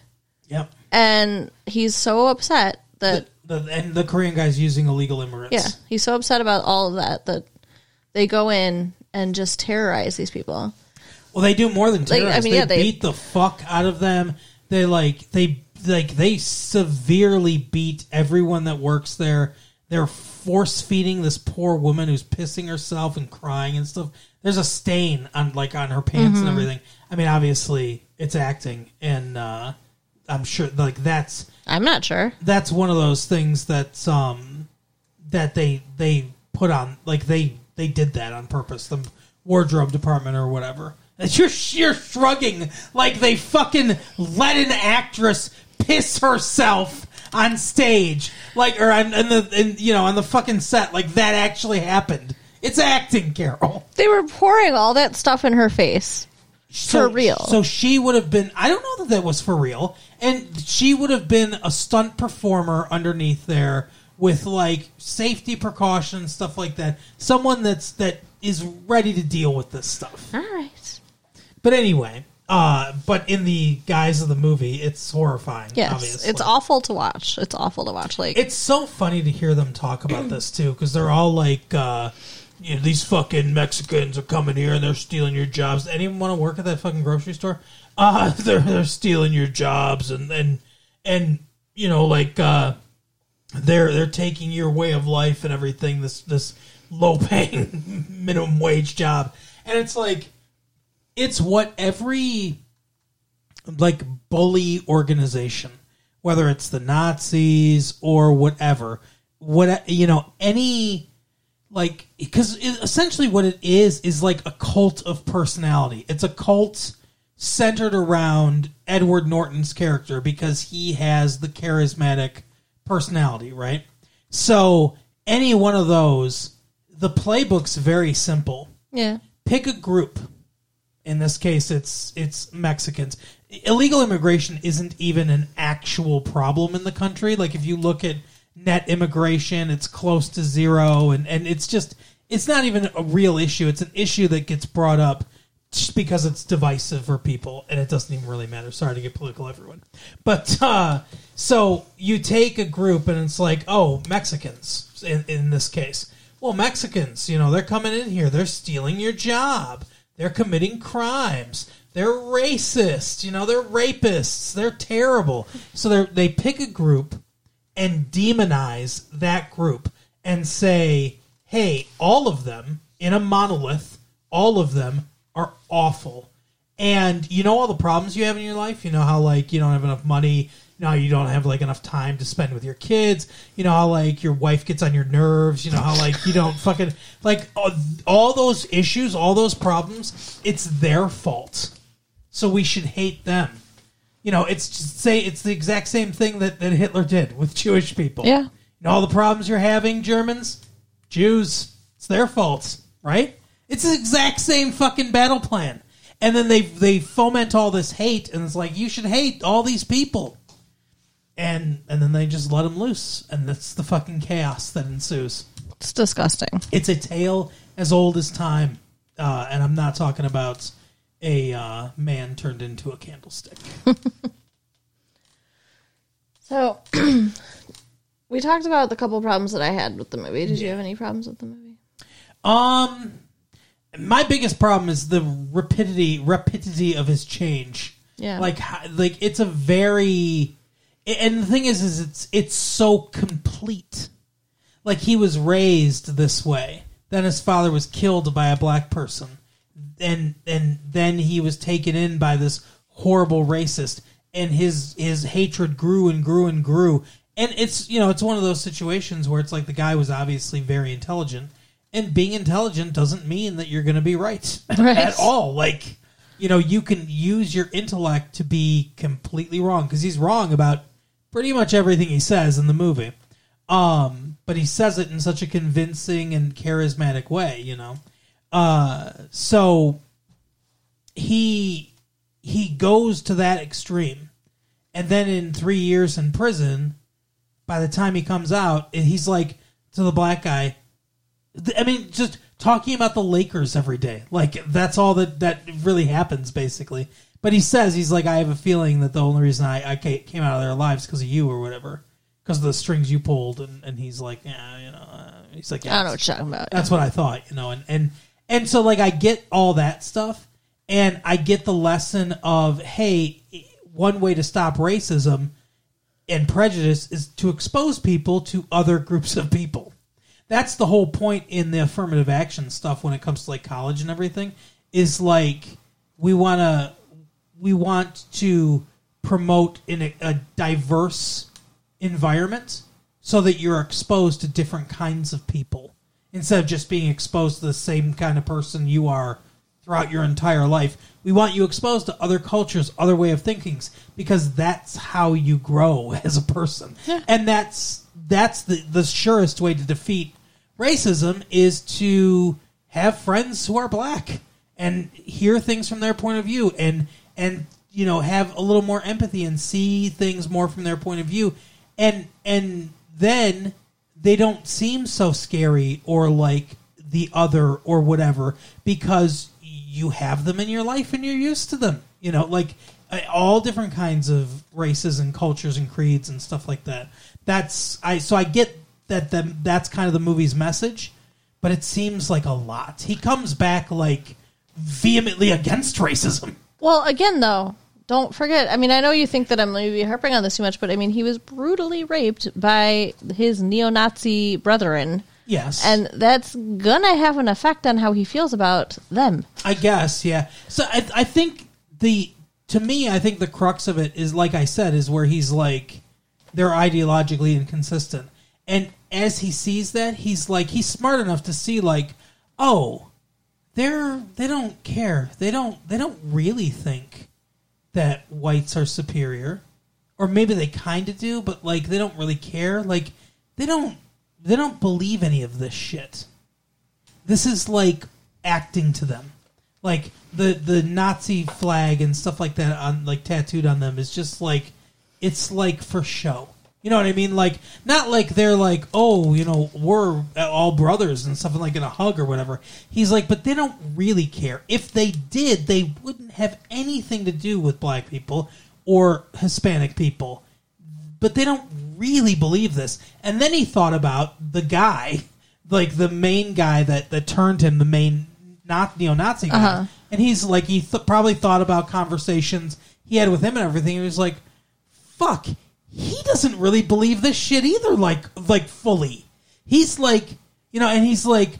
Yep. And he's so upset that The, and the Korean guy's using illegal immigrants. yeah, he's so upset about all of that that they go in and just terrorize these people. Well, they do more than Like, I terrorize. mean, they, yeah, they- beat the fuck out of them. They like they like they severely beat everyone that works there. They're force feeding this poor woman who's pissing herself and crying and stuff. There's a stain on like on her pants Mm-hmm. and everything. I mean, obviously it's acting, and uh, I'm sure like that's I'm not sure. that's one of those things that's um that they they put on like they they did that on purpose the wardrobe department or whatever and you're you're shrugging like they fucking let an actress piss herself on stage like or on, on the in, you know on the fucking set like that actually happened it's acting carol They were pouring all that stuff in her face. For real. so she would have been i don't know that that was for real and she would have been a stunt performer underneath there with like safety precautions stuff like that someone that's that is ready to deal with this stuff All right. but anyway uh but in the guise of the movie it's horrifying Yes, obviously. it's awful to watch. It's awful to watch. Like it's so funny to hear them talk about this too because they're all like uh you know, these fucking Mexicans are coming here and they're stealing your jobs. Anyone want to work at that fucking grocery store? Uh they're they're stealing your jobs and and and you know like uh they're they're taking your way of life and everything this this low paying minimum wage job. And it's like it's what every like bully organization, whether it's the Nazis or whatever, what you know, any like because essentially what it is is like a cult of personality. It's a cult centered around Edward Norton's character because he has the charismatic personality, right? So any one of those, the playbook's very simple yeah, pick a group. In this case, it's it's Mexicans. Illegal immigration isn't even an actual problem in the country. Like if you look at net immigration, it's close to zero, and and it's just it's not even a real issue. It's an issue that gets brought up just because it's divisive for people, and it doesn't even really matter. Sorry to get political, everyone, but uh, so you take a group, and it's like, oh, Mexicans in, in this case. Well, Mexicans, you know, they're coming in here. They're stealing your job. They're committing crimes. They're racist. You know, they're rapists. They're terrible. So they they pick a group and demonize that group and say, hey, all of them in a monolith, all of them are awful. And you know all the problems you have in your life? You know how, like, you don't have enough money. You know, how you don't have, like, enough time to spend with your kids. You know how, like, your wife gets on your nerves. You know how, like, you don't fucking. Like, all- all those issues, all those problems, it's their fault. So we should hate them you know, it's just say it's the exact same thing that, that Hitler did with Jewish people. Yeah. You know, all the problems you're having, Germans, Jews, it's their fault, right? It's the exact same fucking battle plan. And then they they foment all this hate, and it's like you should hate all these people, and and then they just let them loose, and that's the fucking chaos that ensues. it's disgusting. It's a tale as old as time, uh, and I'm not talking about a uh, man turned into a candlestick. So we talked about the couple problems that I had with the movie. Did you have any problems with the movie? Um, my biggest problem is the rapidity rapidity of his change. Yeah. like how- like it's a very, and the thing is, is it's it's so complete. Like he was raised this way, then his father was killed by a black person, and and then he was taken in by this horrible racist, and his his hatred grew and grew and grew. And it's you know it's one of those situations where it's like the guy was obviously very intelligent and being intelligent doesn't mean that you're going to be right, Right. at all. Like, you know, you can use your intellect to be completely wrong because he's wrong about pretty much everything he says in the movie. Um, but he says it in such a convincing and charismatic way, you know. Uh, so he he goes to that extreme, and then in three years in prison, by the time he comes out, and he's like to the black guy, th- I mean, just talking about the Lakers every day. Like that's all that that really happens, basically. But he says he's like, I have a feeling that the only reason I, I ca- came out of their lives because of you or whatever, because of the strings you pulled. And, and he's like, yeah, you know, uh," he's like, I yeah, don't know what you're talking about. that's what I thought, you know, and and and so like I get all that stuff, and I get the lesson of hey, one way to stop racism and prejudice is to expose people to other groups of people. That's the whole point in the affirmative action stuff when it comes to like college and everything is like we want to we want to promote in a, a diverse environment so that you're exposed to different kinds of people instead of just being exposed to the same kind of person you are throughout your entire life we want you exposed to other cultures other way of thinkings because that's how you grow as a person and that's that's the, the surest way to defeat racism is to have friends who are black and hear things from their point of view and and you know have a little more empathy and see things more from their point of view and and then they don't seem so scary or like the other or whatever because you have them in your life and you're used to them you know like uh, all different kinds of races and cultures and creeds and stuff like that that's i so i get that the, that's kind of the movie's message but it seems like a lot. He comes back like vehemently against racism. Well, again, though, don't forget. I mean, I know you think that I'm maybe harping on this too much, but I mean, he was brutally raped by his neo Nazi brethren, Yes, and that's gonna have an effect on how he feels about them. I guess yeah. So I, I think the to me, I think the crux of it is like I said, is where he's like they're ideologically inconsistent, and as he sees that, he's like he's smart enough to see like, oh, they're they don't care. They don't they don't really think that whites are superior or maybe they kind of do but like they don't really care like they don't they don't believe any of this shit this is like acting to them like the the nazi flag and stuff like that on like tattooed on them is just like it's like for show you know what i mean like not like they're like oh you know we're all brothers and stuff and like in a hug or whatever he's like but they don't really care if they did they wouldn't have anything to do with black people or hispanic people but they don't really believe this. And then he thought about the guy, like the main guy that, that turned him, the main not neo-Nazi guy. And he's like, he th- probably thought about conversations he had with him and everything. And he was like, fuck, he doesn't really believe this shit either. Like, like fully. He's like, you know, and he's like,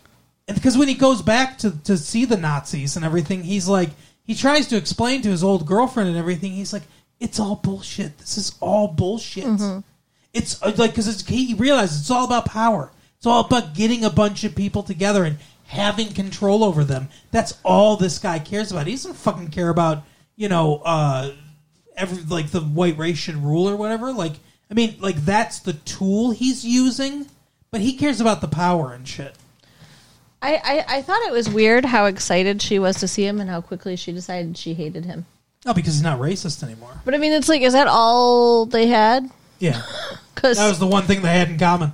because when he goes back to to see the Nazis and everything, he's like, he tries to explain to his old girlfriend and everything. He's like, it's all bullshit. This is all bullshit. It's uh, like because he realizes it's all about power. It's all about getting a bunch of people together and having control over them. That's all this guy cares about. He doesn't fucking care about you know. uh every like the white race should rule or whatever. Like, I mean, like that's the tool he's using, but he cares about the power and shit. I, I, I thought it was weird how excited she was to see him and how quickly she decided she hated him. No, because he's not racist anymore. But I mean, it's like, is that all they had? Yeah, Because that was the one thing they had in common.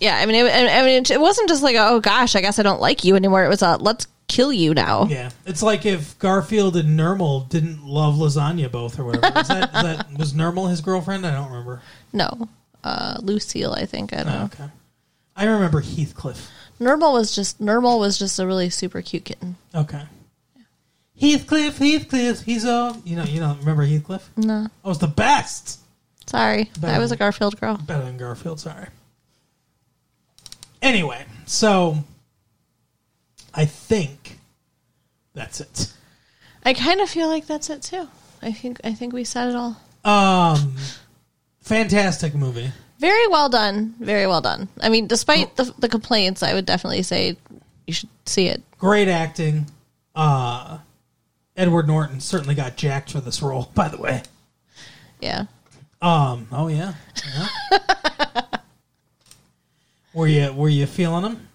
yeah, I mean, it, I I mean, it, it wasn't just like, oh gosh, I guess I don't like you anymore. It was a let's kill you now. Yeah, it's like if Garfield and Nermal didn't love lasagna both or whatever. Was that, that was Nermal his girlfriend? I don't remember. No, uh, Lucille, I think I don't know. Oh, Okay, I remember Heathcliff. Normal was just Normal was just a really super cute kitten. Okay. Heathcliff, Heathcliff, he's a you know you don't remember Heathcliff? No, oh, was the best. Sorry, Better I was a Garfield girl. Better than Garfield, sorry. Anyway, so I think that's it. I kind of feel like that's it too. I think I think we said it all. Um fantastic movie. Very well done. Very well done. I mean, despite the, the complaints, I would definitely say you should see it. Great acting. Uh, Edward Norton certainly got jacked for this role, by the way. Yeah. Um. Oh yeah. yeah. were you Were you feeling him?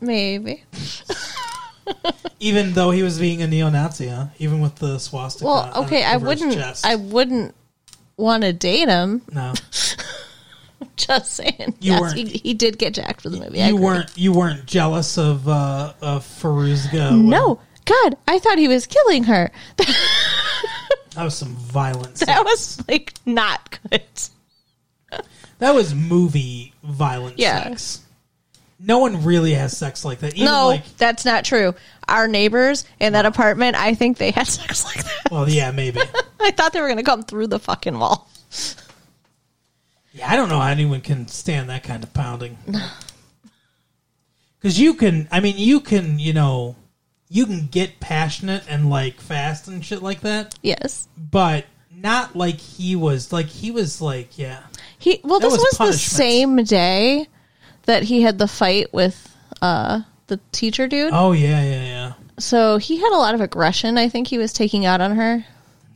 Maybe. Even though he was being a neo-Nazi, huh? Even with the swastika. Well, on- okay, I over his wouldn't chest. I wouldn't want to date him. no, Just saying. You yes, weren't- he, he did get jacked for the movie. I you agree. weren't. You weren't jealous of uh, of Faruzga. when- No. God, I thought he was killing her. that was some violence. That was like not good. That was movie violent Yeah. sex. No one really has sex like that. Even no, like that's not true. Our neighbors in that apartment, I think they had sex like that. well, yeah, maybe. I thought they were going to come through the fucking wall. Yeah, I don't know how anyone can stand that kind of pounding. Cuz you can I mean you can, you know, you can get passionate and like fast and shit like that, Yes. but not like he was like he was like, yeah. He well, That this was was, the punishment. same day that he had the fight with uh the teacher dude. Oh yeah, yeah, yeah. So he had a lot of aggression. I think he was taking out on her,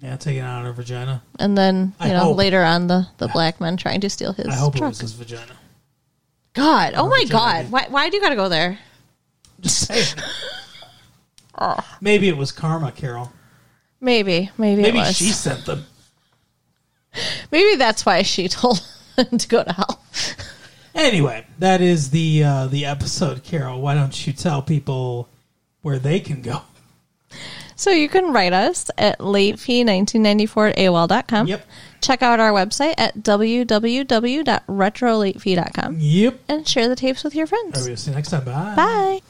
Yeah, taking out her vagina. and then you I know hope. later on the the black men trying to steal his I hope it truck. was his vagina. God, oh my vagina. God, why why do you got to go there? Just saying. Maybe it was karma, Carol. Maybe, maybe, Maybe it was. she sent them. Maybe that's why she told him to go to hell. Anyway, that is the uh, the episode, Carol. Why don't you tell people where they can go? So you can write us at latefee1994 at AOL.com. Yep. Check out our website at www.retrolatefee.com Yep. and share the tapes with your friends. Oh, All right, we'll see you next time. Bye. Bye.